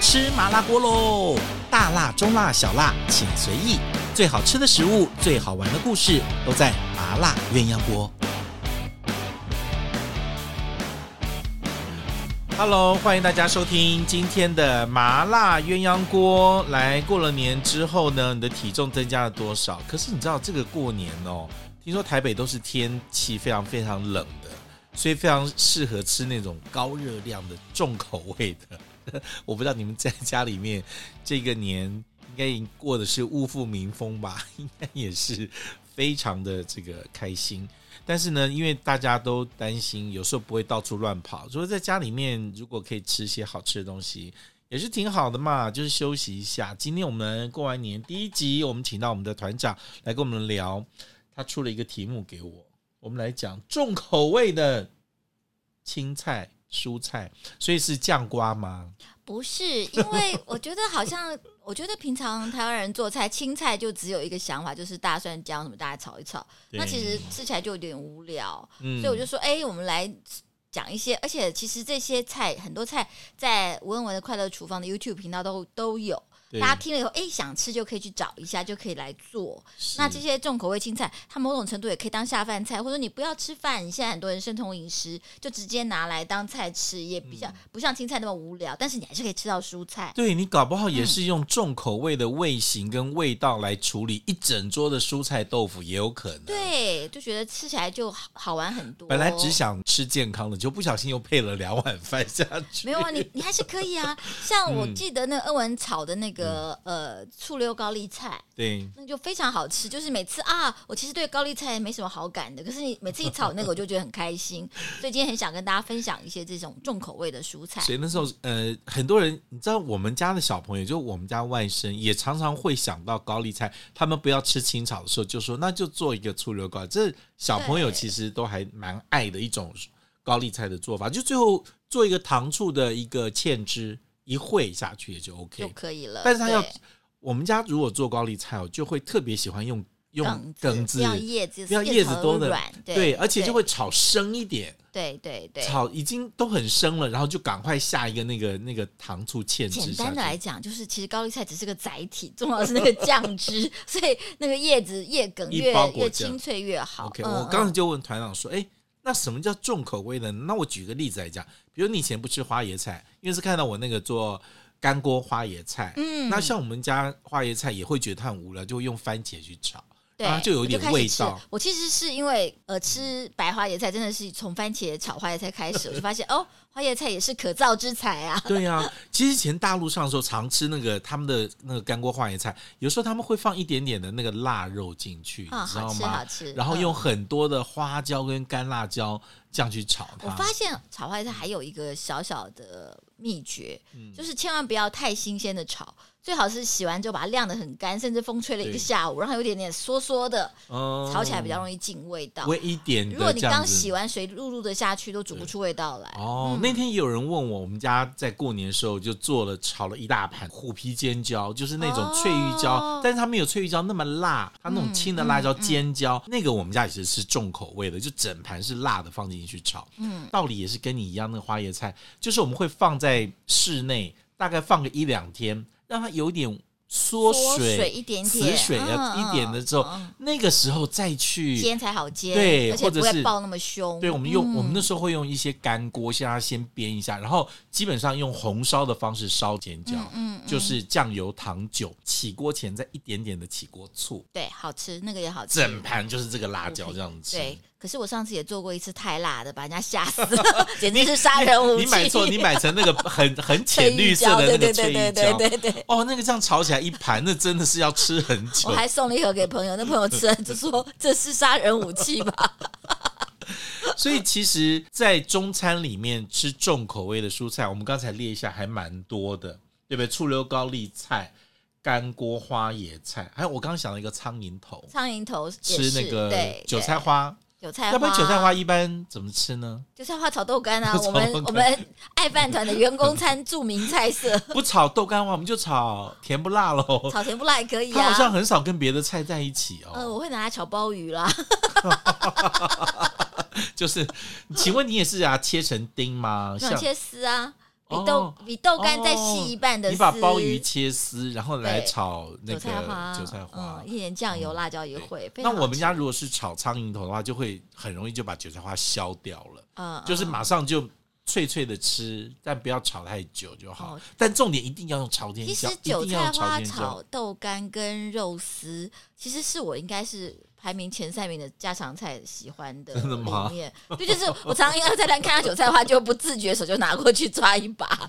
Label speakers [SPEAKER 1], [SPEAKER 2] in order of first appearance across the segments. [SPEAKER 1] 吃麻辣锅喽！大辣、中辣、小辣，请随意。最好吃的食物，最好玩的故事，都在麻辣鸳鸯锅。Hello，欢迎大家收听今天的麻辣鸳鸯锅。来，过了年之后呢，你的体重增加了多少？可是你知道这个过年哦，听说台北都是天气非常非常冷的，所以非常适合吃那种高热量的重口味的。我不知道你们在 家里面这个年应该已经过的是物阜民丰吧？ 应该也是非常的这个开心。但是呢，因为大家都担心，有时候不会到处乱跑，所以在家里面如果可以吃一些好吃的东西，也是挺好的嘛，就是休息一下。今天我们过完年第一集，我们请到我们的团长来跟我们聊，他出了一个题目给我，我们来讲重口味的青菜、蔬菜，所以是酱瓜吗？
[SPEAKER 2] 不是，因为我觉得好像，我觉得平常台湾人做菜，青菜就只有一个想法，就是大蒜姜什么大家炒一炒，那
[SPEAKER 1] 对
[SPEAKER 2] 其实吃起来就有点无聊，
[SPEAKER 1] 嗯
[SPEAKER 2] 所以我就说，哎、我们来讲一些，而且其实这些菜很多菜在吴文文的快乐厨房的 YouTube 频道都都有，
[SPEAKER 1] 嗯对
[SPEAKER 2] 大家听了以后，哎、想吃就可以去找一下，就可以来做。
[SPEAKER 1] 是
[SPEAKER 2] 那这些重口味青菜，它某种程度也可以当下饭菜，或者你不要吃饭。现在很多人生酮饮食，就直接拿来当菜吃，也比较、不像青菜那么无聊，但是你还是可以吃到蔬菜。
[SPEAKER 1] 对你搞不好也是用重口味的味型跟味道来处理一整桌的蔬菜豆腐，也有可能。
[SPEAKER 2] 对，就觉得吃起来就好好玩很多。
[SPEAKER 1] 本来只想吃健康的，就不小心又配了两碗饭下去。
[SPEAKER 2] 没有啊，你你还是可以 啊。像我记得那个欧文炒的那个、呃醋溜高丽菜，
[SPEAKER 1] 对，
[SPEAKER 2] 那就非常好吃。就是每次啊，我其实对高丽菜没什么好感的，可是你每次一炒那个，我就觉得很开心。所以今天很想跟大家分享一些这种重口味的蔬菜。
[SPEAKER 1] 所以那时候呃，很多人你知道，我们家的小朋友，就我们家外甥，也常常会想到高丽菜。他们不要吃清炒的时候，就说那就做一个醋溜糕。这小朋友
[SPEAKER 2] 对
[SPEAKER 1] 其实都还蛮爱的一种高丽菜的做法，就最后做一个糖醋的一个芡汁，一烩下去也就 OK
[SPEAKER 2] 就。可以了。
[SPEAKER 1] 但是他要
[SPEAKER 2] 对
[SPEAKER 1] 我们家如果做高丽菜，我就会特别喜欢用用
[SPEAKER 2] 梗
[SPEAKER 1] 梗
[SPEAKER 2] 子，不要叶子，
[SPEAKER 1] 不要叶子
[SPEAKER 2] 头
[SPEAKER 1] 多的
[SPEAKER 2] 软，
[SPEAKER 1] 对，而且就会
[SPEAKER 2] 对
[SPEAKER 1] 炒生一点，
[SPEAKER 2] 对对对。
[SPEAKER 1] 炒已经都很生了，然后就赶快下一个那个那个糖醋芡汁
[SPEAKER 2] 简
[SPEAKER 1] 下
[SPEAKER 2] 单的来
[SPEAKER 1] 去。
[SPEAKER 2] 讲，就是其实高丽菜只是个载体，重要的是那个酱汁， 所以那个叶子叶梗
[SPEAKER 1] 一
[SPEAKER 2] 越
[SPEAKER 1] 包果
[SPEAKER 2] 越
[SPEAKER 1] 酱
[SPEAKER 2] 清脆越好。
[SPEAKER 1] OK，、
[SPEAKER 2] 嗯
[SPEAKER 1] 我刚才就问团长说，哎，那什么叫重口味呢？那我举个例子来讲，比如你以前不吃花椰菜，因为是看到我那个做干锅花椰菜，
[SPEAKER 2] 嗯
[SPEAKER 1] 那像我们家花椰菜也会觉得它很无聊，就会用番茄去炒，
[SPEAKER 2] 对
[SPEAKER 1] 然后就有一
[SPEAKER 2] 我
[SPEAKER 1] 点
[SPEAKER 2] 开始
[SPEAKER 1] 味
[SPEAKER 2] 吃
[SPEAKER 1] 道。
[SPEAKER 2] 我其实是因为呃吃白花椰菜，真的是从番茄炒花椰菜开始，我就发现哦，花椰菜也是可造之材啊。
[SPEAKER 1] 对呀、其实以前大陆上的时候常吃那个他们的那个干锅花椰菜，有时候他们会放一点点的那个腊肉进去，
[SPEAKER 2] 啊，
[SPEAKER 1] 你知道
[SPEAKER 2] 好吃
[SPEAKER 1] 吗
[SPEAKER 2] 好？吃。
[SPEAKER 1] 然后
[SPEAKER 2] 嗯
[SPEAKER 1] 用很多的花椒跟干辣椒这样去炒
[SPEAKER 2] 我
[SPEAKER 1] 它。
[SPEAKER 2] 发现炒花椰菜还有一个小小的秘诀，
[SPEAKER 1] 嗯
[SPEAKER 2] 就是千万不要太新鲜的炒，最好是洗完之后把它晾得很干，甚至风吹了一
[SPEAKER 1] 对
[SPEAKER 2] 个下午，让它有点点缩缩的，
[SPEAKER 1] 嗯
[SPEAKER 2] 炒起来比较容易进味道。
[SPEAKER 1] 微一点
[SPEAKER 2] 如果
[SPEAKER 1] 的
[SPEAKER 2] 你
[SPEAKER 1] 这样
[SPEAKER 2] 刚
[SPEAKER 1] 子
[SPEAKER 2] 洗。完嗯水漉漉的下去，都煮不出味道来。
[SPEAKER 1] 哦，那天也有人问我，我们家在过年的时候就做了炒了一大盘虎皮尖椒，就是那种脆玉椒，
[SPEAKER 2] 哦嗯
[SPEAKER 1] 但是它没有脆玉椒那么辣，它那种青的辣椒尖椒，那个我们家也是是重口味的，就整盘是辣的放进去炒。嗯，道理也是跟你一样，那个花椰菜就是我们会放在室内，大概放个一两天，让它有点缩
[SPEAKER 2] 缩水一点
[SPEAKER 1] 死
[SPEAKER 2] 点，
[SPEAKER 1] 水啊
[SPEAKER 2] 嗯
[SPEAKER 1] 一点的之后，那个时候再去。
[SPEAKER 2] 煎才好煎，
[SPEAKER 1] 对
[SPEAKER 2] 而且
[SPEAKER 1] 或者
[SPEAKER 2] 不会
[SPEAKER 1] 是
[SPEAKER 2] 爆那么凶。
[SPEAKER 1] 对，我们用、
[SPEAKER 2] 嗯
[SPEAKER 1] 我们那时候会用一些干锅，先让它先煸一下，然后基本上用红烧的方式烧尖椒，
[SPEAKER 2] 嗯嗯
[SPEAKER 1] 就是酱油、糖、酒，起锅前再一点点的起锅醋，
[SPEAKER 2] 对，好吃那个也好吃。
[SPEAKER 1] 整盘就是这个辣椒这样吃。
[SPEAKER 2] 对，可是我上次也做过一次太辣的，把人家吓 死了， 简直是杀人武器。
[SPEAKER 1] 哎你买错，你买成那个很 很浅绿色的那个
[SPEAKER 2] 对
[SPEAKER 1] 脆
[SPEAKER 2] 对
[SPEAKER 1] 玉
[SPEAKER 2] 对
[SPEAKER 1] 椒，
[SPEAKER 2] 对 对对对。
[SPEAKER 1] 哦，那个这样炒起来一盘，那真的是要吃很久
[SPEAKER 2] 我。还送了一盒给朋友，那朋友吃了就说这是杀人武器吧？
[SPEAKER 1] 所以其实，在中餐里面吃重口味的蔬菜，我们刚才列一下，还蛮多的，对不对？醋溜高丽菜、干锅花椰菜，还有我刚刚想到一个苍蝇头，
[SPEAKER 2] 苍蝇头也
[SPEAKER 1] 吃
[SPEAKER 2] 是
[SPEAKER 1] 那个
[SPEAKER 2] 对
[SPEAKER 1] 韭
[SPEAKER 2] 对
[SPEAKER 1] 菜花，
[SPEAKER 2] 韭菜花，
[SPEAKER 1] 要不然韭菜花一般怎么吃呢？
[SPEAKER 2] 韭菜花炒豆干 啊！
[SPEAKER 1] 炒豆
[SPEAKER 2] 我
[SPEAKER 1] 干
[SPEAKER 2] 们我们爱饭团的员工餐著名菜 色，
[SPEAKER 1] 不炒豆干花，我们就炒甜不辣 喽。
[SPEAKER 2] 炒甜不辣也可以
[SPEAKER 1] 它好像
[SPEAKER 2] 啊。
[SPEAKER 1] 很少跟别的菜在一起哦，
[SPEAKER 2] 呃，我会拿来炒鲍鱼啦，
[SPEAKER 1] 就是，请问你也是啊，切成丁吗？
[SPEAKER 2] 那种切丝啊，比豆
[SPEAKER 1] 哦
[SPEAKER 2] 比豆干再细一半的丝，
[SPEAKER 1] 你把鲍鱼切丝，然后来
[SPEAKER 2] 对
[SPEAKER 1] 炒那个
[SPEAKER 2] 韭菜花，
[SPEAKER 1] 韭菜花
[SPEAKER 2] 嗯，。一点酱油、
[SPEAKER 1] 嗯
[SPEAKER 2] 辣椒也会。非
[SPEAKER 1] 那
[SPEAKER 2] 常
[SPEAKER 1] 我
[SPEAKER 2] 好
[SPEAKER 1] 们
[SPEAKER 2] 吃
[SPEAKER 1] 家如果是炒苍蝇头的话，就会很容易就把韭菜花削掉了，
[SPEAKER 2] 嗯，
[SPEAKER 1] 就是
[SPEAKER 2] 嗯
[SPEAKER 1] 马上就脆脆的吃，但不要炒太久就好
[SPEAKER 2] 哦。
[SPEAKER 1] 但重点一定要用朝天
[SPEAKER 2] 其
[SPEAKER 1] 椒
[SPEAKER 2] 实，
[SPEAKER 1] 一
[SPEAKER 2] 韭
[SPEAKER 1] 定要
[SPEAKER 2] 菜
[SPEAKER 1] 用朝
[SPEAKER 2] 花
[SPEAKER 1] 天椒。
[SPEAKER 2] 炒豆干跟肉丝，其实是我应该是排名前三名的家常菜喜欢的
[SPEAKER 1] 真的吗
[SPEAKER 2] 里面。对，就是我常常因为在那看到韭菜花，就不自觉手就拿过去抓一把。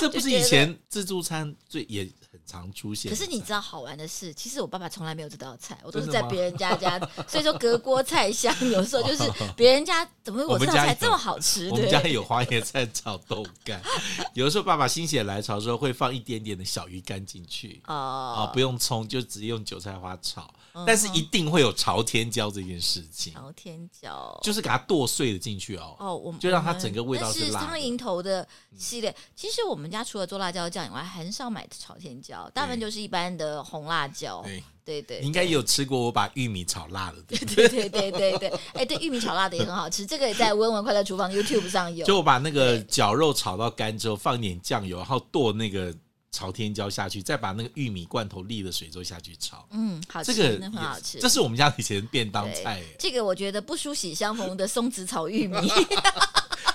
[SPEAKER 1] 这不是以前自助餐最也很常出现
[SPEAKER 2] 可
[SPEAKER 1] 的菜。
[SPEAKER 2] 是你知道好玩的是，其实我爸爸从来没有这道菜，我都
[SPEAKER 1] 啊真的
[SPEAKER 2] 是在
[SPEAKER 1] 吗
[SPEAKER 2] 别人家家，所以说隔锅菜香，有时候就是别人家怎么会
[SPEAKER 1] 我
[SPEAKER 2] 我
[SPEAKER 1] 们
[SPEAKER 2] 这道
[SPEAKER 1] 家
[SPEAKER 2] 菜
[SPEAKER 1] 有
[SPEAKER 2] 这么好吃？
[SPEAKER 1] 我们家
[SPEAKER 2] 对，
[SPEAKER 1] 有花椰菜炒豆干， 有的时候爸爸心血来潮的时候会放一点点的小鱼干进去啊、
[SPEAKER 2] 哦嗯
[SPEAKER 1] 不用葱，就直接用韭菜花炒，但是一定会有朝天椒这件事情，
[SPEAKER 2] 朝天椒，
[SPEAKER 1] 就是给它剁碎了进去哦。
[SPEAKER 2] 哦，我们
[SPEAKER 1] 就让它
[SPEAKER 2] 我们
[SPEAKER 1] 整个味道
[SPEAKER 2] 但
[SPEAKER 1] 是
[SPEAKER 2] 是
[SPEAKER 1] 辣的嗯
[SPEAKER 2] 苍蝇头的系列，其实我们家除了做辣椒酱以外，很少买炒天椒，大部分
[SPEAKER 1] 对
[SPEAKER 2] 就是一般的红辣椒。
[SPEAKER 1] 对，你
[SPEAKER 2] 对对
[SPEAKER 1] 应该也有吃过我把玉米炒辣了，对不对？
[SPEAKER 2] 对对对对对，哎，对，玉米炒辣的也很好吃，这个也在温文快乐厨房 YouTube 上 有。
[SPEAKER 1] 就我把那个绞肉炒到干之后，放一点酱油，然后剁那个朝天椒下去，再把那个玉米罐头沥了水之后下去炒。
[SPEAKER 2] 嗯，好
[SPEAKER 1] 这
[SPEAKER 2] 吃，
[SPEAKER 1] 个
[SPEAKER 2] 真的很
[SPEAKER 1] 也
[SPEAKER 2] 好吃
[SPEAKER 1] 这。是我们家以前的便当
[SPEAKER 2] 对
[SPEAKER 1] 菜耶。
[SPEAKER 2] 这个我觉得不梳洗相逢的松子炒 玉米，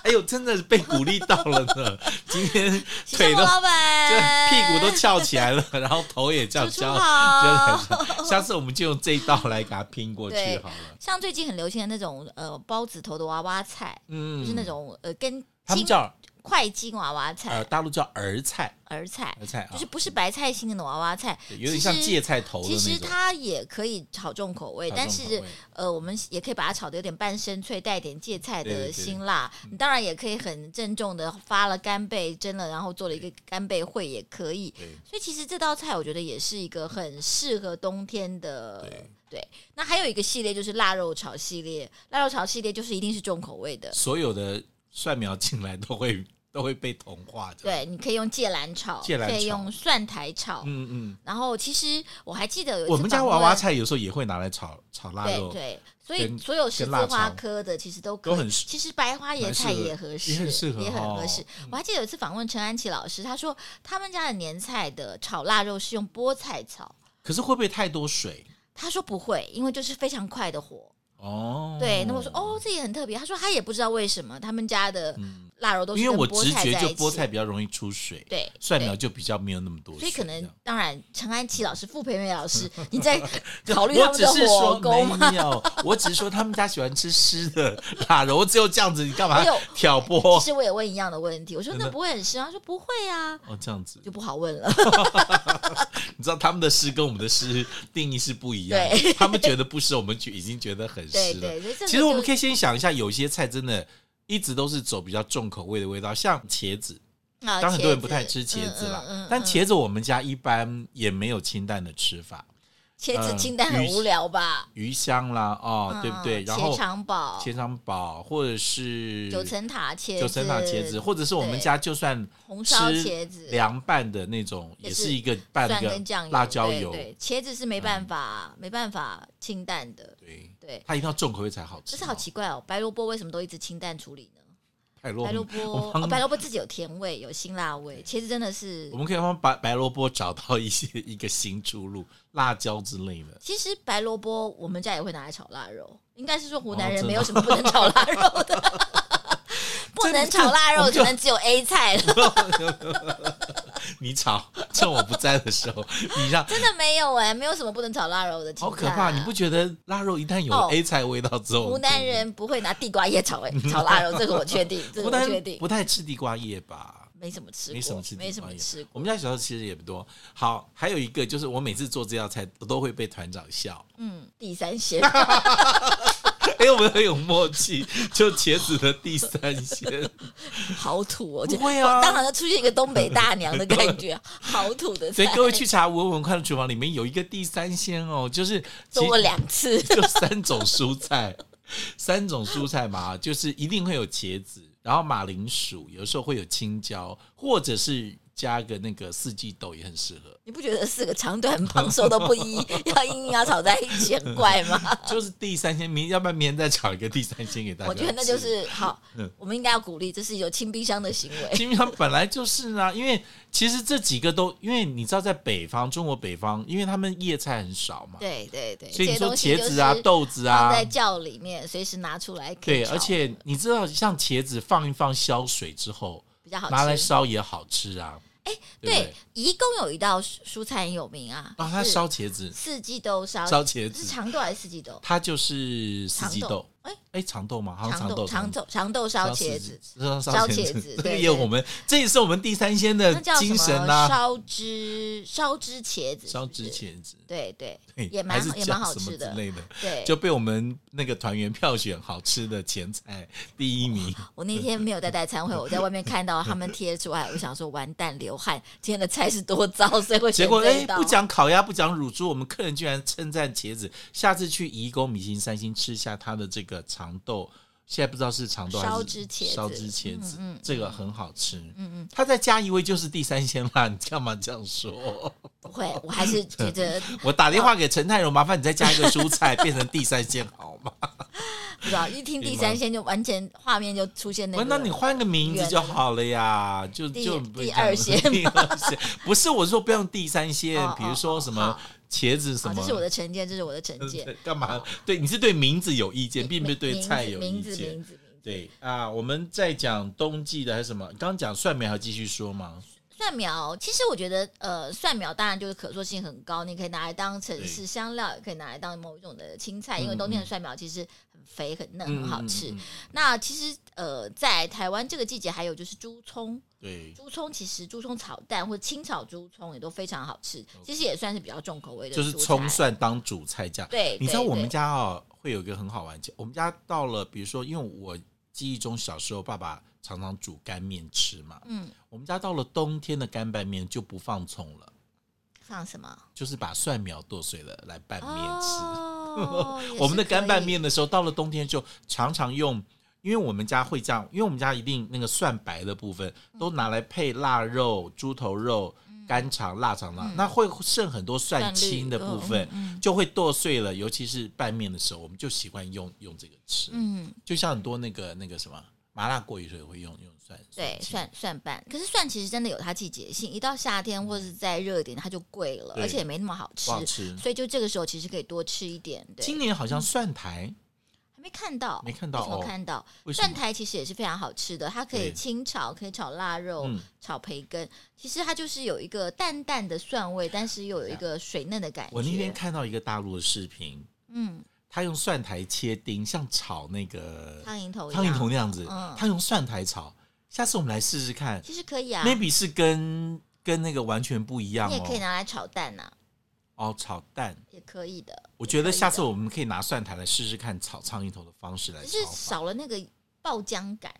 [SPEAKER 1] 哎呦，真的是被鼓励到了呢！今 天
[SPEAKER 2] 谢谢
[SPEAKER 1] 腿都
[SPEAKER 2] 我老
[SPEAKER 1] 这
[SPEAKER 2] 板，
[SPEAKER 1] 屁股都翘起来了， 然后头也这样
[SPEAKER 2] 楚楚
[SPEAKER 1] 翘，
[SPEAKER 2] 好
[SPEAKER 1] 就这样下次我们就用这一道来给它拼过去
[SPEAKER 2] 对
[SPEAKER 1] 好了。
[SPEAKER 2] 像最近很流行的那种呃包子头的娃娃菜，
[SPEAKER 1] 嗯，
[SPEAKER 2] 就是那种呃跟
[SPEAKER 1] 他们
[SPEAKER 2] 金
[SPEAKER 1] 叫
[SPEAKER 2] 块金娃娃
[SPEAKER 1] 呃
[SPEAKER 2] 菜、
[SPEAKER 1] 大陆叫儿菜，
[SPEAKER 2] 儿菜，
[SPEAKER 1] 儿菜啊，
[SPEAKER 2] 就是不是白菜心的那种娃娃菜，
[SPEAKER 1] 对有点像
[SPEAKER 2] 其实
[SPEAKER 1] 芥菜头的
[SPEAKER 2] 其
[SPEAKER 1] 那
[SPEAKER 2] 实
[SPEAKER 1] 种。
[SPEAKER 2] 它也可以炒重口味，
[SPEAKER 1] 炒
[SPEAKER 2] 但
[SPEAKER 1] 重
[SPEAKER 2] 是
[SPEAKER 1] 口味
[SPEAKER 2] 呃，我们也可以把它炒的有点半生脆，带一点芥菜
[SPEAKER 1] 对对嗯
[SPEAKER 2] 的
[SPEAKER 1] 对
[SPEAKER 2] 辛辣。你当然也可以很郑重的发了干贝蒸了，然后做了一个干贝烩也可以。
[SPEAKER 1] 对
[SPEAKER 2] 所以其实这道菜我觉得也是一个很适合冬天的。对，那还有一个系列就是腊肉炒系列，腊肉炒系列就是一定是重口味的。
[SPEAKER 1] 所有的蒜苗进来都会 都会被同化的。，
[SPEAKER 2] 对，你可以用芥兰炒，
[SPEAKER 1] 芥兰
[SPEAKER 2] 可
[SPEAKER 1] 炒
[SPEAKER 2] 以用蒜苔炒。
[SPEAKER 1] 嗯嗯，
[SPEAKER 2] 然后其实我还记得有一次
[SPEAKER 1] 我们家
[SPEAKER 2] 访
[SPEAKER 1] 娃娃
[SPEAKER 2] 问
[SPEAKER 1] 菜有时候也会拿来炒炒腊
[SPEAKER 2] 对
[SPEAKER 1] 肉，
[SPEAKER 2] 对，所
[SPEAKER 1] 跟
[SPEAKER 2] 以所有十
[SPEAKER 1] 跟
[SPEAKER 2] 字
[SPEAKER 1] 辣
[SPEAKER 2] 花
[SPEAKER 1] 椒
[SPEAKER 2] 科的其实都可
[SPEAKER 1] 都
[SPEAKER 2] 以
[SPEAKER 1] 很适
[SPEAKER 2] 其实白花椰
[SPEAKER 1] 蛮适
[SPEAKER 2] 菜
[SPEAKER 1] 合
[SPEAKER 2] 也合适，
[SPEAKER 1] 也很适合
[SPEAKER 2] 很合
[SPEAKER 1] 哦
[SPEAKER 2] 适。我还记得有一次访问陈安琪老师，他说他们家的年菜的炒腊肉是用菠菜炒，
[SPEAKER 1] 可是会不会太多水？
[SPEAKER 2] 他说不会，因为就是非常快的火。
[SPEAKER 1] 哦，
[SPEAKER 2] 对，那我说哦，这也很特别。他说他也不知道为什么他们家的腊肉都
[SPEAKER 1] 嗯
[SPEAKER 2] 是
[SPEAKER 1] 因为
[SPEAKER 2] 跟
[SPEAKER 1] 我
[SPEAKER 2] 菠
[SPEAKER 1] 直
[SPEAKER 2] 菜
[SPEAKER 1] 觉
[SPEAKER 2] 在
[SPEAKER 1] 就
[SPEAKER 2] 一
[SPEAKER 1] 菠
[SPEAKER 2] 起
[SPEAKER 1] 菜比较容易出水，
[SPEAKER 2] 对
[SPEAKER 1] 蒜
[SPEAKER 2] 对
[SPEAKER 1] 苗就比较没有那么多水，
[SPEAKER 2] 所以可能
[SPEAKER 1] 这样
[SPEAKER 2] 当然，陈安琪老师、傅培梅老师，你在考虑他
[SPEAKER 1] 我
[SPEAKER 2] 们
[SPEAKER 1] 只
[SPEAKER 2] 的
[SPEAKER 1] 是
[SPEAKER 2] 火
[SPEAKER 1] 说
[SPEAKER 2] 功吗？
[SPEAKER 1] 没有，我只是说他们家喜欢吃湿的腊肉，我只有这样子，你干嘛
[SPEAKER 2] 哎呦
[SPEAKER 1] 挑 拨
[SPEAKER 2] 其？实我也问一样的问题，我说
[SPEAKER 1] 真
[SPEAKER 2] 那
[SPEAKER 1] 的
[SPEAKER 2] 不会很湿吗？他说不会啊，
[SPEAKER 1] 哦，这样子，
[SPEAKER 2] 就不好问了。
[SPEAKER 1] 你知道他们的诗跟我们的诗定义是不一样的，
[SPEAKER 2] 对
[SPEAKER 1] 他们觉得不湿，我们就已经觉得很
[SPEAKER 2] 对
[SPEAKER 1] 湿了。
[SPEAKER 2] 对，所以这
[SPEAKER 1] 其实我们可
[SPEAKER 2] 以
[SPEAKER 1] 以先想一下，有些菜真的一直都是走比较重口味的味道，像茄子，
[SPEAKER 2] 当
[SPEAKER 1] 当然很多人不太吃茄子
[SPEAKER 2] 嗯
[SPEAKER 1] 啦，但茄子我们家一般也没有清淡的吃法，
[SPEAKER 2] 茄子
[SPEAKER 1] 嗯
[SPEAKER 2] 清淡很
[SPEAKER 1] 鱼
[SPEAKER 2] 无聊吧？
[SPEAKER 1] 鱼香啦，哦，
[SPEAKER 2] 嗯
[SPEAKER 1] 对不对？然
[SPEAKER 2] 茄
[SPEAKER 1] 后
[SPEAKER 2] 肠堡、
[SPEAKER 1] 茄肠堡或者是
[SPEAKER 2] 九层塔茄子、
[SPEAKER 1] 九层塔茄子，或者是我们
[SPEAKER 2] 对
[SPEAKER 1] 家就算
[SPEAKER 2] 红烧茄
[SPEAKER 1] 吃
[SPEAKER 2] 子
[SPEAKER 1] 凉拌的那种，
[SPEAKER 2] 也
[SPEAKER 1] 也
[SPEAKER 2] 是
[SPEAKER 1] 是一个拌
[SPEAKER 2] 蒜跟酱
[SPEAKER 1] 个
[SPEAKER 2] 油、
[SPEAKER 1] 辣椒
[SPEAKER 2] 对
[SPEAKER 1] 油，嗯
[SPEAKER 2] 对，茄子是没办法，没办法清淡的。
[SPEAKER 1] 对，
[SPEAKER 2] 对，
[SPEAKER 1] 它一定要重口味才好吃。
[SPEAKER 2] 这是好奇怪哦，白萝卜为什么都一直清淡处理呢？
[SPEAKER 1] 白
[SPEAKER 2] 白萝
[SPEAKER 1] 萝
[SPEAKER 2] 卜，
[SPEAKER 1] 我
[SPEAKER 2] 哦
[SPEAKER 1] 们
[SPEAKER 2] 白萝卜自己有甜味，有辛辣味，茄子真的是
[SPEAKER 1] 我。们可以帮白白萝卜找到一些一个新出路，辣椒之类的。
[SPEAKER 2] 其实白萝卜我们家也会拿来炒腊肉，应该是说湖
[SPEAKER 1] 哦
[SPEAKER 2] 南人
[SPEAKER 1] 真
[SPEAKER 2] 没
[SPEAKER 1] 的
[SPEAKER 2] 有什么不能炒腊肉的， 不能炒腊肉，可能只有 A 菜了，
[SPEAKER 1] 你炒，趁我不在的时 候，你让
[SPEAKER 2] 真的没有哎、没有什么不能炒腊肉的。
[SPEAKER 1] 好可
[SPEAKER 2] 请看
[SPEAKER 1] 怕！你不觉得腊肉一旦有
[SPEAKER 2] 哦
[SPEAKER 1] A 菜味道之后，
[SPEAKER 2] 湖南人不会拿地瓜叶炒哎炒腊肉，这个我确定，这个
[SPEAKER 1] 湖
[SPEAKER 2] 我
[SPEAKER 1] 南
[SPEAKER 2] 确
[SPEAKER 1] 人
[SPEAKER 2] 定
[SPEAKER 1] 不，太吃地瓜叶吧？
[SPEAKER 2] 没怎么吃过，
[SPEAKER 1] 没什么吃，
[SPEAKER 2] 没什么吃
[SPEAKER 1] 我
[SPEAKER 2] 过。
[SPEAKER 1] 们家小时候其实也不多。好，还有一个就是我每次做这道菜，我都会被团长笑。
[SPEAKER 2] 嗯，第三鲜
[SPEAKER 1] 哎、我们很有默契，就茄子的第三 鲜。
[SPEAKER 2] 好土哦，就
[SPEAKER 1] 不会 啊
[SPEAKER 2] 当然出现一个东北大娘的感觉， 好土的
[SPEAKER 1] 所
[SPEAKER 2] 菜
[SPEAKER 1] 以，各位去查《文文快乐厨房》里面有一个第三鲜哦，就是
[SPEAKER 2] 做
[SPEAKER 1] 其
[SPEAKER 2] 过两次。
[SPEAKER 1] 就三种蔬菜，三种蔬菜嘛，就是一定会有茄子，然后马铃薯，有时候会有青椒，或者是加个那个四季豆也很适合。
[SPEAKER 2] 你不觉得四个长短胖瘦都 不一，要硬要炒在一起很怪吗？
[SPEAKER 1] 就是第三鲜明，要不然明天再炒一个第三鲜给大家吃。嗯
[SPEAKER 2] 我觉得那就是好，我们应该要鼓励，这是有清冰箱的行为。
[SPEAKER 1] 清明堂本来就是啊，因为其实这几个都，因为你知道在北方，中国北方，因为他们叶菜很少嘛，
[SPEAKER 2] 对对对，
[SPEAKER 1] 所以你
[SPEAKER 2] 这些
[SPEAKER 1] 说
[SPEAKER 2] 东西
[SPEAKER 1] 茄
[SPEAKER 2] 就
[SPEAKER 1] 子
[SPEAKER 2] 是
[SPEAKER 1] 啊、豆子
[SPEAKER 2] 放
[SPEAKER 1] 啊，
[SPEAKER 2] 在窖里面，随时拿出来可以
[SPEAKER 1] 对，
[SPEAKER 2] 炒
[SPEAKER 1] 而且你知道，像茄子放一放消水之后，
[SPEAKER 2] 比较好
[SPEAKER 1] 拿来
[SPEAKER 2] 吃。
[SPEAKER 1] 烧也好吃啊。哎、对不
[SPEAKER 2] 对，宜工有一道蔬蔬菜很有名啊，
[SPEAKER 1] 啊，它
[SPEAKER 2] 是
[SPEAKER 1] 烧茄子，
[SPEAKER 2] 四季豆烧，
[SPEAKER 1] 烧茄
[SPEAKER 2] 是
[SPEAKER 1] 子，
[SPEAKER 2] 长豆还是四季豆？
[SPEAKER 1] 它就是四季豆。
[SPEAKER 2] 哎，
[SPEAKER 1] 哎，长豆吗？好像
[SPEAKER 2] 豆
[SPEAKER 1] 豆，
[SPEAKER 2] 长豆长豆烧茄子，，
[SPEAKER 1] 烧
[SPEAKER 2] 烧
[SPEAKER 1] 烧
[SPEAKER 2] 茄
[SPEAKER 1] 茄
[SPEAKER 2] 子
[SPEAKER 1] 子。
[SPEAKER 2] 对
[SPEAKER 1] 也有
[SPEAKER 2] 对
[SPEAKER 1] 我们这也是我们第三鲜
[SPEAKER 2] 那
[SPEAKER 1] 的
[SPEAKER 2] 叫什
[SPEAKER 1] 精神
[SPEAKER 2] 么？
[SPEAKER 1] 呐，
[SPEAKER 2] 烧汁烧汁茄子，
[SPEAKER 1] 烧
[SPEAKER 2] 是不
[SPEAKER 1] 汁
[SPEAKER 2] 是，
[SPEAKER 1] 茄子，
[SPEAKER 2] 对对
[SPEAKER 1] 嘿，
[SPEAKER 2] 也蛮
[SPEAKER 1] 还是
[SPEAKER 2] 好也
[SPEAKER 1] 叫
[SPEAKER 2] 蛮好
[SPEAKER 1] 什么
[SPEAKER 2] 吃的
[SPEAKER 1] 之。类的。
[SPEAKER 2] 对，
[SPEAKER 1] 就被我们那个团员票选好吃的前菜第一名。
[SPEAKER 2] 我那天没有在带餐会，我在外面看到他们贴出来，我想说完蛋，流汗，今天的菜是多糟，所以会
[SPEAKER 1] 结
[SPEAKER 2] 选
[SPEAKER 1] 果
[SPEAKER 2] 这
[SPEAKER 1] 哎
[SPEAKER 2] 一，道
[SPEAKER 1] 不。讲烤鸭，不讲乳猪，我们客人居然称赞茄子。下次去宜工米其林三星吃一下它的这个长豆，现在不知道是长豆还是
[SPEAKER 2] 烧汁茄子
[SPEAKER 1] 烧汁茄子，
[SPEAKER 2] 嗯嗯嗯
[SPEAKER 1] 这个很好吃。
[SPEAKER 2] 嗯嗯，
[SPEAKER 1] 它再加一位就是第三鲜啦，你干嘛这样 说？
[SPEAKER 2] 不会，我还是觉得
[SPEAKER 1] 我打电话给陈泰荣，麻烦你再加一个蔬菜，变成第三鲜好吗？
[SPEAKER 2] 不知道一听第三鲜就完全画面就出 现那
[SPEAKER 1] 那
[SPEAKER 2] 个，
[SPEAKER 1] 那你换个名字就好了呀，就
[SPEAKER 2] 第
[SPEAKER 1] 就不
[SPEAKER 2] 第
[SPEAKER 1] 讲
[SPEAKER 2] 二线
[SPEAKER 1] 第二线不是我说不用第三线
[SPEAKER 2] 哦，
[SPEAKER 1] 比如说什么
[SPEAKER 2] 好
[SPEAKER 1] 茄子什
[SPEAKER 2] 好，
[SPEAKER 1] 么，
[SPEAKER 2] 啊这是我的成见，这是我的成见。
[SPEAKER 1] 干嘛？对，你是对名字有意见，并不是对
[SPEAKER 2] 名
[SPEAKER 1] 菜
[SPEAKER 2] 字
[SPEAKER 1] 有意
[SPEAKER 2] 名字名字
[SPEAKER 1] 见。
[SPEAKER 2] 名字名字。
[SPEAKER 1] 对啊，我们在讲冬季的还是什么？刚刚讲蒜苗还要继续说吗？
[SPEAKER 2] 蒜苗，其实我觉得，呃，蒜苗当然就是可塑性很高，你可以拿来当成是香料，也可以拿来当某一种的青菜，因为
[SPEAKER 1] 嗯
[SPEAKER 2] 冬天
[SPEAKER 1] 嗯
[SPEAKER 2] 的蒜苗其实很肥很嫩，
[SPEAKER 1] 嗯
[SPEAKER 2] 很好吃。
[SPEAKER 1] 嗯嗯嗯
[SPEAKER 2] 那其实，呃，在台湾这个季节，还有就是猪葱，
[SPEAKER 1] 对，
[SPEAKER 2] 猪葱其实猪葱炒蛋或清炒猪葱也都非常好吃，其实也算是比较重口味的，
[SPEAKER 1] 就是葱。蒜当主菜这样。
[SPEAKER 2] 对，
[SPEAKER 1] 你知道
[SPEAKER 2] 对
[SPEAKER 1] 我们
[SPEAKER 2] 对
[SPEAKER 1] 家哦，会有一个很好玩，我们家到了，比如说，因为我记忆中小时候爸爸常常煮干面吃嘛，
[SPEAKER 2] 嗯
[SPEAKER 1] 我们家到了冬天的干拌面就不放葱了，
[SPEAKER 2] 放什么
[SPEAKER 1] 就是把蒜苗剁碎了来拌面吃。
[SPEAKER 2] 哦
[SPEAKER 1] 我们的干拌，
[SPEAKER 2] 也是可以
[SPEAKER 1] 面的时候，到了冬天就常常用，因为我们家会这样，因为我们家一定那个蒜白的部分都拿来配腊肉、猪头肉、
[SPEAKER 2] 嗯
[SPEAKER 1] 干肠、腊肠啦，那会剩很多蒜
[SPEAKER 2] 蒜
[SPEAKER 1] 青
[SPEAKER 2] 绿
[SPEAKER 1] 的
[SPEAKER 2] 嗯
[SPEAKER 1] 部分
[SPEAKER 2] 嗯，
[SPEAKER 1] 就会剁碎了。尤其是拌面的时候，我们就习惯用用这个吃，
[SPEAKER 2] 嗯，
[SPEAKER 1] 就像很多那个那个什么麻辣锅，有时候也会用用蒜，
[SPEAKER 2] 对，
[SPEAKER 1] 青
[SPEAKER 2] 蒜蒜瓣，可是蒜其实真的有它季节性，一到夏天或是再热一点，它就贵了，
[SPEAKER 1] 对
[SPEAKER 2] 而且也没那么好吃
[SPEAKER 1] 不，好吃。
[SPEAKER 2] 所以就这个时候其实可以多吃一点。对
[SPEAKER 1] 今，年好像蒜苔
[SPEAKER 2] 还没看到，
[SPEAKER 1] 没看到
[SPEAKER 2] 为什么
[SPEAKER 1] 哦
[SPEAKER 2] 看到
[SPEAKER 1] 为什
[SPEAKER 2] 蒜
[SPEAKER 1] 么？
[SPEAKER 2] 苔其实也是非常好吃的，它可以
[SPEAKER 1] 对
[SPEAKER 2] 清炒，可以炒腊肉，
[SPEAKER 1] 嗯
[SPEAKER 2] 炒培根。其实它就是有一个淡淡的蒜味，但是又有一个水嫩的感觉。
[SPEAKER 1] 啊我那天看到一个大陆的视频，
[SPEAKER 2] 嗯，
[SPEAKER 1] 他用蒜苔切丁，像炒那个
[SPEAKER 2] 苍蝇头哦一样，
[SPEAKER 1] 苍蝇头那样子，
[SPEAKER 2] 嗯
[SPEAKER 1] 他用蒜苔炒。下次我们来试试看、
[SPEAKER 2] 其实可以啊，
[SPEAKER 1] m a y b e 是跟跟那个完全不一样
[SPEAKER 2] 你也可以
[SPEAKER 1] 哦。
[SPEAKER 2] 拿来炒蛋呐、
[SPEAKER 1] 哦，炒蛋，
[SPEAKER 2] 也可以的，
[SPEAKER 1] 我觉得下次我们可以拿蒜苔来试试看炒苍蝇头的方式来
[SPEAKER 2] 只
[SPEAKER 1] 炒
[SPEAKER 2] 是
[SPEAKER 1] 法。
[SPEAKER 2] 少了那个爆浆感。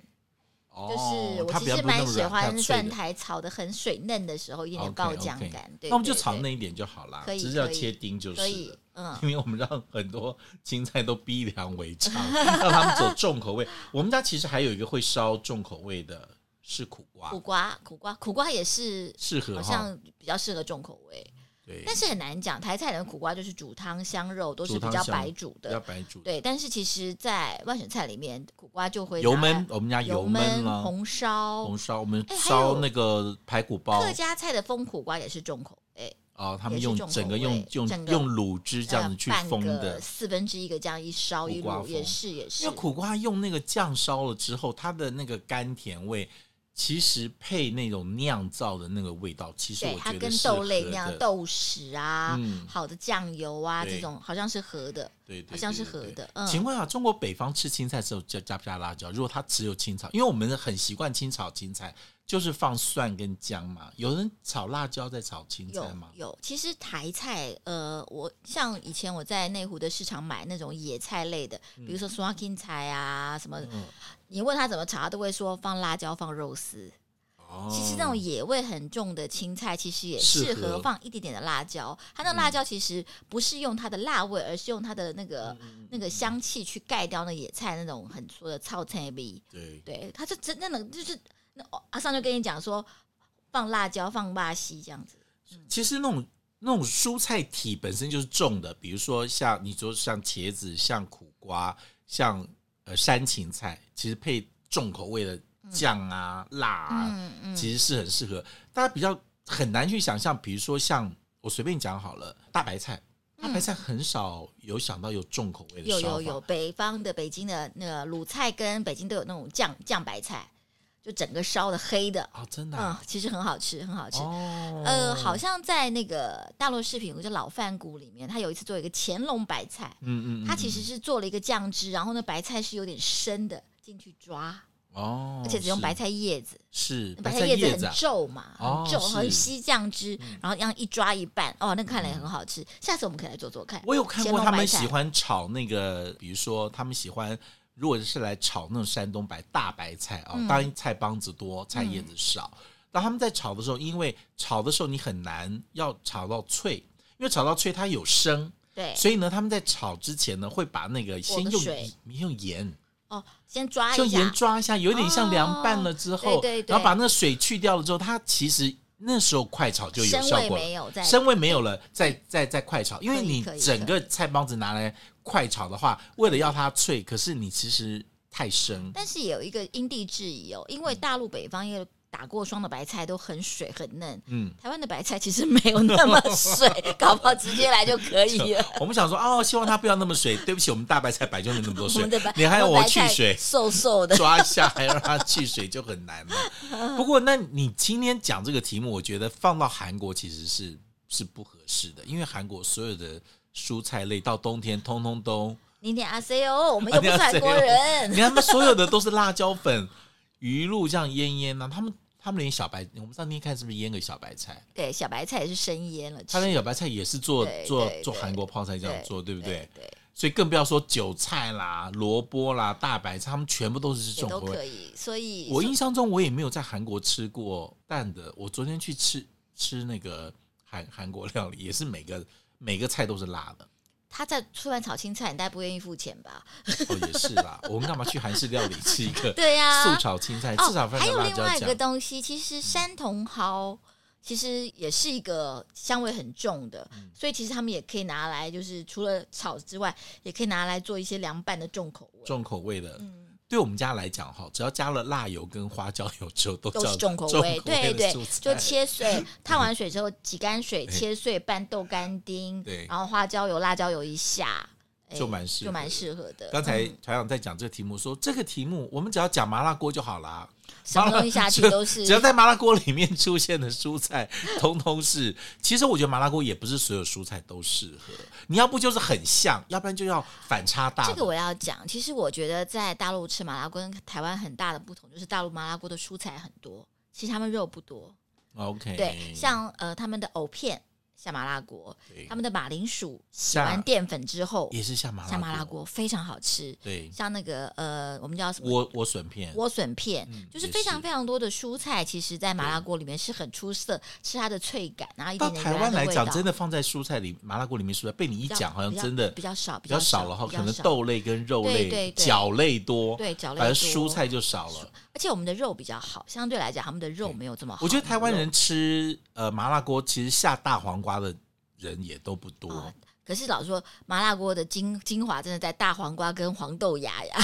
[SPEAKER 2] 就
[SPEAKER 1] 哦，
[SPEAKER 2] 是我
[SPEAKER 1] 它
[SPEAKER 2] 其
[SPEAKER 1] 比较
[SPEAKER 2] 实
[SPEAKER 1] 不那
[SPEAKER 2] 蛮
[SPEAKER 1] 么
[SPEAKER 2] 喜
[SPEAKER 1] 软它
[SPEAKER 2] 欢
[SPEAKER 1] 脆
[SPEAKER 2] 蒜
[SPEAKER 1] 的
[SPEAKER 2] 苔炒的很水嫩的时候，一点点爆
[SPEAKER 1] OK，OK
[SPEAKER 2] 浆感。对，
[SPEAKER 1] 那我们就
[SPEAKER 2] 对
[SPEAKER 1] 炒
[SPEAKER 2] 对
[SPEAKER 1] 那一点就好啦，
[SPEAKER 2] 可以
[SPEAKER 1] 只是要
[SPEAKER 2] 可以
[SPEAKER 1] 切丁就是
[SPEAKER 2] 可以
[SPEAKER 1] 了。，
[SPEAKER 2] 嗯，
[SPEAKER 1] 因为我们让很多青菜都逼良为 娼，让他们走重口味。我们家其实还有一个会烧重口味的是苦瓜
[SPEAKER 2] 苦，瓜，苦瓜，苦瓜也是
[SPEAKER 1] 适合
[SPEAKER 2] 好
[SPEAKER 1] 哈。
[SPEAKER 2] 像比较适合重口味，
[SPEAKER 1] 对，
[SPEAKER 2] 但是很难讲。台菜的苦瓜就是煮汤香肉，都是
[SPEAKER 1] 煮
[SPEAKER 2] 比
[SPEAKER 1] 汤
[SPEAKER 2] 较
[SPEAKER 1] 香
[SPEAKER 2] 白煮
[SPEAKER 1] 要
[SPEAKER 2] 的，
[SPEAKER 1] 白煮的
[SPEAKER 2] 对。但是其实，在外省菜里面，苦瓜就会
[SPEAKER 1] 油
[SPEAKER 2] 拿来
[SPEAKER 1] 焖，我们家
[SPEAKER 2] 油
[SPEAKER 1] 焖啦，
[SPEAKER 2] 红烧。
[SPEAKER 1] 红烧，我们
[SPEAKER 2] 哎还有
[SPEAKER 1] 烧那个排骨包
[SPEAKER 2] 客家菜的风苦瓜也是重口哎味，
[SPEAKER 1] 啊，他们
[SPEAKER 2] 也是
[SPEAKER 1] 用
[SPEAKER 2] 重口
[SPEAKER 1] 整个用
[SPEAKER 2] 味
[SPEAKER 1] 用
[SPEAKER 2] 整个
[SPEAKER 1] 用卤汁这样子
[SPEAKER 2] 呃
[SPEAKER 1] 去
[SPEAKER 2] 半
[SPEAKER 1] 封
[SPEAKER 2] 个
[SPEAKER 1] 的，
[SPEAKER 2] 四分之一个这样一烧一
[SPEAKER 1] 苦瓜
[SPEAKER 2] 卤，也
[SPEAKER 1] 封
[SPEAKER 2] 是也是
[SPEAKER 1] 因为。苦瓜用那个酱烧了之后，它的那个甘甜味。其实配那种酿造的那个味道，其实
[SPEAKER 2] 对，
[SPEAKER 1] 我
[SPEAKER 2] 它
[SPEAKER 1] 觉
[SPEAKER 2] 跟
[SPEAKER 1] 得是
[SPEAKER 2] 豆类
[SPEAKER 1] 合
[SPEAKER 2] 那样，
[SPEAKER 1] 的
[SPEAKER 2] 豆豉啊，
[SPEAKER 1] 嗯
[SPEAKER 2] 好的酱油啊，
[SPEAKER 1] 对
[SPEAKER 2] 这种好像是合的。
[SPEAKER 1] 对，对
[SPEAKER 2] 好像
[SPEAKER 1] 对
[SPEAKER 2] 是
[SPEAKER 1] 对
[SPEAKER 2] 合
[SPEAKER 1] 对
[SPEAKER 2] 的嗯
[SPEAKER 1] 请问啊，中国北方吃青菜的时候加加不加辣椒？如果它只有青草，因为我们很习惯清炒青菜，就是放蒜跟姜嘛。有人炒辣椒再炒青
[SPEAKER 2] 有
[SPEAKER 1] 菜吗？
[SPEAKER 2] 有，其实台菜，呃，我像以前我在内湖的市场买那种野菜类的，比如
[SPEAKER 1] 嗯
[SPEAKER 2] 说 swaking 菜啊什么，你问他怎么炒，他都会说放辣椒、放肉丝。
[SPEAKER 1] 哦
[SPEAKER 2] 其实那种野味很重的青菜，其实也
[SPEAKER 1] 适
[SPEAKER 2] 适合
[SPEAKER 1] 合嗯
[SPEAKER 2] 放一点点的辣椒。它那辣椒其实不是用它的辣味，而是用它的那
[SPEAKER 1] 嗯
[SPEAKER 2] 个那个香气去盖掉那野菜那种很粗的糙菜味。
[SPEAKER 1] 对
[SPEAKER 2] 哦对，他就真的能就是那阿尚就跟你讲说，放辣椒、放巴西这样子。
[SPEAKER 1] 其实那种那种蔬菜体本身就是重的，比如说像你说像茄子、像苦瓜、像呃山芹菜，其实配重口味的酱啊、辣啊，
[SPEAKER 2] 嗯嗯，
[SPEAKER 1] 其实是很适合。大家比较很难去想象，比如说像我随便讲好了，大白菜，大白菜很少有想到有重口味的
[SPEAKER 2] 嗯有
[SPEAKER 1] 烧法，
[SPEAKER 2] 有有，北方的北京的那个鲁菜跟北京都有那种酱酱白菜，就整个烧的黑的，
[SPEAKER 1] 啊、真的
[SPEAKER 2] 嗯
[SPEAKER 1] 啊、，
[SPEAKER 2] 其实很好吃，很好吃。
[SPEAKER 1] 哦，
[SPEAKER 2] 呃，好，像在那个大陆视频，我叫老饭骨里面，他有一次做一个乾隆白菜，
[SPEAKER 1] 嗯嗯嗯，
[SPEAKER 2] 他其实是做了一个酱汁，然后呢白菜是有点生的，进去抓，
[SPEAKER 1] 哦，
[SPEAKER 2] 而且只用
[SPEAKER 1] 是
[SPEAKER 2] 白菜叶子，
[SPEAKER 1] 是
[SPEAKER 2] 白
[SPEAKER 1] 菜
[SPEAKER 2] 菜叶子
[SPEAKER 1] 叶子
[SPEAKER 2] 很
[SPEAKER 1] 啊，
[SPEAKER 2] 皱嘛，
[SPEAKER 1] 哦
[SPEAKER 2] 很皱，
[SPEAKER 1] 是嗯
[SPEAKER 2] 很吸酱汁，然后这样一抓一拌，哦，那看了也很好吃。下次我们可以来做做看。
[SPEAKER 1] 我有看
[SPEAKER 2] 乾
[SPEAKER 1] 过
[SPEAKER 2] 隆
[SPEAKER 1] 他
[SPEAKER 2] 白
[SPEAKER 1] 们
[SPEAKER 2] 菜
[SPEAKER 1] 喜欢炒那个，比如说他们喜欢，如果是来炒那种山东白大白菜啊、
[SPEAKER 2] 嗯
[SPEAKER 1] 当然菜帮子多，菜叶子少。那、他们在炒的时候，因为炒的时候你很难要炒到脆，因为炒到脆它有生，
[SPEAKER 2] 对
[SPEAKER 1] 所以呢，他们在炒之前呢，会把那个先
[SPEAKER 2] 个
[SPEAKER 1] 用
[SPEAKER 2] 水
[SPEAKER 1] 用盐，
[SPEAKER 2] 哦，先抓
[SPEAKER 1] 用
[SPEAKER 2] 一
[SPEAKER 1] 盐
[SPEAKER 2] 下，
[SPEAKER 1] 抓一下，有点像凉拌了之后，
[SPEAKER 2] 哦对对对
[SPEAKER 1] 然后把那个水去掉了之后，它其实那时候快炒就有
[SPEAKER 2] 生
[SPEAKER 1] 效
[SPEAKER 2] 味
[SPEAKER 1] 果了
[SPEAKER 2] 没。有在，
[SPEAKER 1] 升味没有了，再再再快炒，因为
[SPEAKER 2] 可以
[SPEAKER 1] 你
[SPEAKER 2] 可以
[SPEAKER 1] 整个菜帮子拿来快炒的话，为了要它脆，可是你其实太生，
[SPEAKER 2] 但是也有一个因地制宜哦，
[SPEAKER 1] 嗯
[SPEAKER 2] 因为大陆北方也打过霜的白菜都很水很嫩。
[SPEAKER 1] 嗯。
[SPEAKER 2] 台湾的白菜其实没有 那么水，搞不好直接来就可以了。
[SPEAKER 1] 我们想说哦，希望它不要那么水。对不起，我们大白菜摆就没那么多
[SPEAKER 2] 我
[SPEAKER 1] 水
[SPEAKER 2] 们的白，，
[SPEAKER 1] 你还要
[SPEAKER 2] 们
[SPEAKER 1] 我
[SPEAKER 2] 白
[SPEAKER 1] 去
[SPEAKER 2] 菜
[SPEAKER 1] 水
[SPEAKER 2] 瘦瘦的，
[SPEAKER 1] 抓一下，还要让它去水就很难 了。不过，那你今天讲这个题目，我觉得放到韩国其实是是不合适的，因为韩国所有的蔬菜类到冬天通通都
[SPEAKER 2] 你点阿 C 哦，我们又不是韩国
[SPEAKER 1] 你
[SPEAKER 2] 人。
[SPEAKER 1] 看他们所有的都是辣椒粉、 鱼露这样腌腌呢、他们他们连小白，我们上天看是不是腌个小白菜？
[SPEAKER 2] 对，小白菜也是生腌了吃，
[SPEAKER 1] 他连小白菜也是做
[SPEAKER 2] 对
[SPEAKER 1] 做
[SPEAKER 2] 对
[SPEAKER 1] 做
[SPEAKER 2] 对
[SPEAKER 1] 韩国泡菜这样做，对不对？
[SPEAKER 2] 对，
[SPEAKER 1] 所以更不要说韭菜啦、萝卜啦、大白菜，他们全部都是这种
[SPEAKER 2] 也都
[SPEAKER 1] 口味。
[SPEAKER 2] 可以。所以
[SPEAKER 1] 我印象中我也没有在韩国吃过蛋的。我昨天去吃吃那个韩韩国料理，也是每个每个菜都是辣的。
[SPEAKER 2] 他在出饭炒青菜，你大概不愿意付钱吧？
[SPEAKER 1] 哦，也是啦。我们干嘛去韩式料理吃一个
[SPEAKER 2] 对呀、
[SPEAKER 1] 素炒青菜？哎至少
[SPEAKER 2] 哦，
[SPEAKER 1] 放
[SPEAKER 2] 还
[SPEAKER 1] 点
[SPEAKER 2] 有
[SPEAKER 1] 辣
[SPEAKER 2] 另
[SPEAKER 1] 椒
[SPEAKER 2] 外一
[SPEAKER 1] 酱
[SPEAKER 2] 个。东西，其实山茼蒿其实也是一个香味很重的，
[SPEAKER 1] 嗯
[SPEAKER 2] 所以其实他们也可以拿来，就是除了炒之外，也可以拿来做一些凉拌的重口味。嗯
[SPEAKER 1] 重口味的。对我们家来讲哈，只要加了辣油跟花椒油之后，都
[SPEAKER 2] 都
[SPEAKER 1] 叫
[SPEAKER 2] 是重口味，对
[SPEAKER 1] 味的
[SPEAKER 2] 对
[SPEAKER 1] 蔬，菜
[SPEAKER 2] 就切 碎，烫完水之后挤干水，切碎拌豆干丁，
[SPEAKER 1] 哎对
[SPEAKER 2] 然后花椒油、辣椒油一下，哎
[SPEAKER 1] 就蛮适合
[SPEAKER 2] 就蛮适合的。
[SPEAKER 1] 刚才
[SPEAKER 2] 嗯
[SPEAKER 1] 团长在讲这个题目，说这个题目我们只要讲麻辣锅就好啦，
[SPEAKER 2] 什么东西下 去都是
[SPEAKER 1] 只要在麻辣锅里面出现的蔬菜，通通是。其实我觉得麻辣锅也不是所有蔬菜都适合，你要不就是很像，要不然就要反差大的。
[SPEAKER 2] 这个我要讲，其实我觉得在大陆吃麻辣锅跟台湾很大的不同，就是大陆麻辣锅的蔬菜很多，其实他们肉不多。
[SPEAKER 1] OK，
[SPEAKER 2] 对，像呃他们的藕片下麻辣锅，
[SPEAKER 1] 哎对
[SPEAKER 2] 他们的马铃薯洗
[SPEAKER 1] 下
[SPEAKER 2] 完淀粉之后
[SPEAKER 1] 也是像麻辣
[SPEAKER 2] 下麻辣，锅非常好吃。
[SPEAKER 1] 对，
[SPEAKER 2] 像那个呃我们叫什么
[SPEAKER 1] 莴莴笋片，
[SPEAKER 2] 莴笋片，就是
[SPEAKER 1] 嗯也
[SPEAKER 2] 非常
[SPEAKER 1] 是
[SPEAKER 2] 非常多的蔬菜，其实在麻辣锅里面是很出色，吃它的脆感，然后一
[SPEAKER 1] 到
[SPEAKER 2] 点点
[SPEAKER 1] 台湾来讲，真的
[SPEAKER 2] 的
[SPEAKER 1] 放在蔬菜里麻辣锅里面蔬菜，被你一
[SPEAKER 2] 一
[SPEAKER 1] 讲，好像真的
[SPEAKER 2] 比较少，
[SPEAKER 1] 比较少了哈，
[SPEAKER 2] 比
[SPEAKER 1] 可
[SPEAKER 2] 较
[SPEAKER 1] 能
[SPEAKER 2] 少
[SPEAKER 1] 豆类跟肉
[SPEAKER 2] 对
[SPEAKER 1] 类、
[SPEAKER 2] 对对
[SPEAKER 1] 角类多，
[SPEAKER 2] 对角类
[SPEAKER 1] 反正
[SPEAKER 2] 多
[SPEAKER 1] 蔬菜就少了。
[SPEAKER 2] 而且我们的肉比较好，相对来讲他们的肉没有这么好。
[SPEAKER 1] 我觉得台湾人吃呃麻辣锅，其实下大黄瓜的人也都不多
[SPEAKER 2] 啊。可是老实说麻辣锅的精精华真的在大黄瓜跟黄豆芽呀，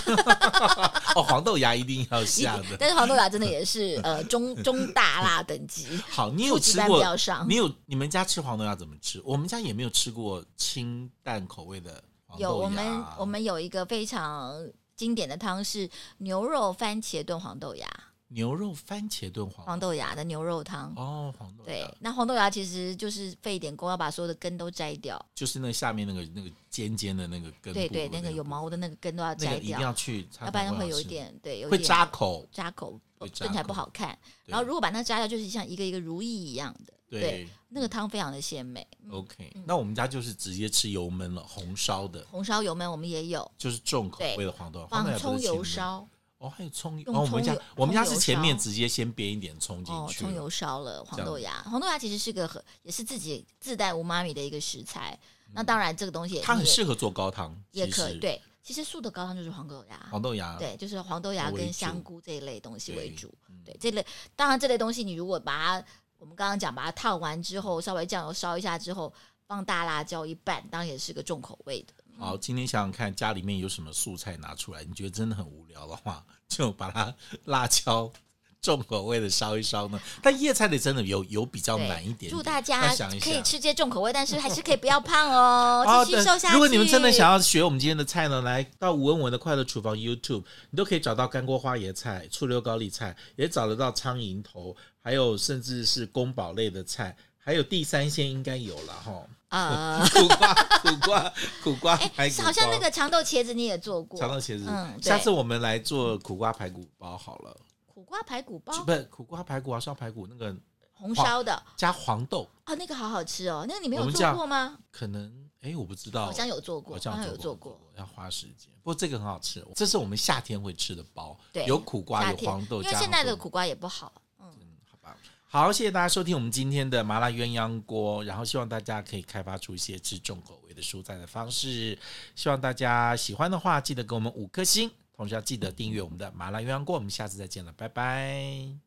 [SPEAKER 1] 哦，黄豆芽一定要下 的。
[SPEAKER 2] 但是黄豆芽真的 也是呃中中大辣等级，
[SPEAKER 1] 好， 你有
[SPEAKER 2] 初级
[SPEAKER 1] 吃
[SPEAKER 2] 班
[SPEAKER 1] 过
[SPEAKER 2] 比较？上
[SPEAKER 1] 你有你们家吃黄豆芽怎么吃？我们家也没有吃过清淡口味的黄豆芽。
[SPEAKER 2] 有我们我们有一个非常经典的汤是牛肉番茄炖黄豆芽，
[SPEAKER 1] 牛肉番茄炖黄
[SPEAKER 2] 黄豆芽的牛肉汤。
[SPEAKER 1] 哦，黄豆
[SPEAKER 2] 对
[SPEAKER 1] 芽，
[SPEAKER 2] 那黄豆芽其实就是费一点功，要把所有的根都摘掉。
[SPEAKER 1] 就是那下面那个那个尖尖的那个根部的部分，
[SPEAKER 2] 对对，那个有毛的那个根都要
[SPEAKER 1] 那
[SPEAKER 2] 摘
[SPEAKER 1] 个一定
[SPEAKER 2] 掉，
[SPEAKER 1] 要去，
[SPEAKER 2] 要不然会有一点对，有一
[SPEAKER 1] 会
[SPEAKER 2] 点
[SPEAKER 1] 扎口。
[SPEAKER 2] 扎口，
[SPEAKER 1] 会扎
[SPEAKER 2] 炖起来不
[SPEAKER 1] 口
[SPEAKER 2] 好看。
[SPEAKER 1] 对
[SPEAKER 2] 然后如果把那摘掉，就是像一个一个如意一样的，
[SPEAKER 1] 对
[SPEAKER 2] 那个汤非常的鲜美。
[SPEAKER 1] ，OK，那
[SPEAKER 2] 嗯
[SPEAKER 1] 我们家就是直接吃油焖了，红烧的，
[SPEAKER 2] 红烧油焖我们也有，
[SPEAKER 1] 就是重口味的黄豆，哦黄豆
[SPEAKER 2] 放
[SPEAKER 1] 芽不
[SPEAKER 2] 葱
[SPEAKER 1] 是
[SPEAKER 2] 油
[SPEAKER 1] 前面
[SPEAKER 2] 烧
[SPEAKER 1] 哦，还有葱油
[SPEAKER 2] 用
[SPEAKER 1] 哦，我们
[SPEAKER 2] 葱
[SPEAKER 1] 家
[SPEAKER 2] 油
[SPEAKER 1] 我们家是
[SPEAKER 2] 葱油
[SPEAKER 1] 前面
[SPEAKER 2] 烧
[SPEAKER 1] 直接先煸一点葱进
[SPEAKER 2] 哦，
[SPEAKER 1] 去，
[SPEAKER 2] 葱油烧了
[SPEAKER 1] 这
[SPEAKER 2] 黄
[SPEAKER 1] 样
[SPEAKER 2] 豆芽，黄豆芽其实是个很也是自己自带无妈咪的一个食材。那当然这个东西也
[SPEAKER 1] 嗯它很
[SPEAKER 2] 你也
[SPEAKER 1] 适合做高汤，
[SPEAKER 2] 也
[SPEAKER 1] 其
[SPEAKER 2] 可
[SPEAKER 1] 实
[SPEAKER 2] 以，对。其实素的高汤就是黄豆芽，
[SPEAKER 1] 黄豆芽，
[SPEAKER 2] 对，就是黄豆芽
[SPEAKER 1] 为
[SPEAKER 2] 跟香
[SPEAKER 1] 主
[SPEAKER 2] 菇这一类东西
[SPEAKER 1] 对
[SPEAKER 2] 为
[SPEAKER 1] 嗯
[SPEAKER 2] 主。对，这类当然这类东西，你如果把它，我们刚刚讲把它烫完之后，稍微酱油烧一下之后，放大辣椒一拌，当然也是个重口味的。
[SPEAKER 1] 好，今天想想看家里面有什么素菜拿出来，你觉得真的很无聊的话， 就把它辣椒重口味的烧一烧呢。但叶菜类真的有有比较
[SPEAKER 2] 对
[SPEAKER 1] 难一点点
[SPEAKER 2] 祝大家
[SPEAKER 1] 要想一
[SPEAKER 2] 可以
[SPEAKER 1] 下。
[SPEAKER 2] 吃这重口味，但是还是可以不要胖哦，
[SPEAKER 1] 哦
[SPEAKER 2] 继续瘦下去。
[SPEAKER 1] 如果你们真的想要学我们今天的菜呢，来到吴文文的快乐厨房 YouTube，你都可以找到干锅花椰菜、醋溜高丽菜，也找得到苍蝇头，还有甚至是宫保类的菜，还有地三鲜应该有了哈，
[SPEAKER 2] 呃，
[SPEAKER 1] 苦瓜、苦瓜、苦瓜，排
[SPEAKER 2] 哎，
[SPEAKER 1] 骨
[SPEAKER 2] 好像
[SPEAKER 1] 包
[SPEAKER 2] 那个长豆茄子你也做过，
[SPEAKER 1] 尝到茄子。
[SPEAKER 2] 嗯对
[SPEAKER 1] 下次我们来做苦瓜排骨包好了，
[SPEAKER 2] 苦瓜排骨包，
[SPEAKER 1] 不是苦瓜排骨啊，烧排骨那个
[SPEAKER 2] 红烧的
[SPEAKER 1] 加黄豆，
[SPEAKER 2] 哦，那个好好吃哦，那个你没
[SPEAKER 1] 我
[SPEAKER 2] 有
[SPEAKER 1] 们
[SPEAKER 2] 做
[SPEAKER 1] 叫
[SPEAKER 2] 过吗？
[SPEAKER 1] 可能哎我不知道，
[SPEAKER 2] 好像有做过，
[SPEAKER 1] 好像
[SPEAKER 2] 有
[SPEAKER 1] 做
[SPEAKER 2] 做
[SPEAKER 1] 过
[SPEAKER 2] 过。，
[SPEAKER 1] 要花时间。不过这个很好吃，这是我们夏天会吃的包，
[SPEAKER 2] 对
[SPEAKER 1] 有苦瓜
[SPEAKER 2] 夏
[SPEAKER 1] 有
[SPEAKER 2] 天
[SPEAKER 1] 黄豆，
[SPEAKER 2] 因为
[SPEAKER 1] 加
[SPEAKER 2] 现在
[SPEAKER 1] 黄豆
[SPEAKER 2] 的苦瓜也不好，嗯，
[SPEAKER 1] 嗯好吧。好，谢谢大家收听我们今天的麻辣鸳鸯锅，然后希望大家可以开发出一些吃重口味的蔬菜的方式。希望大家喜欢的话，记得给我们五颗星，同时要记得订阅我们的麻辣鸳鸯锅。我们下次再见了，拜拜。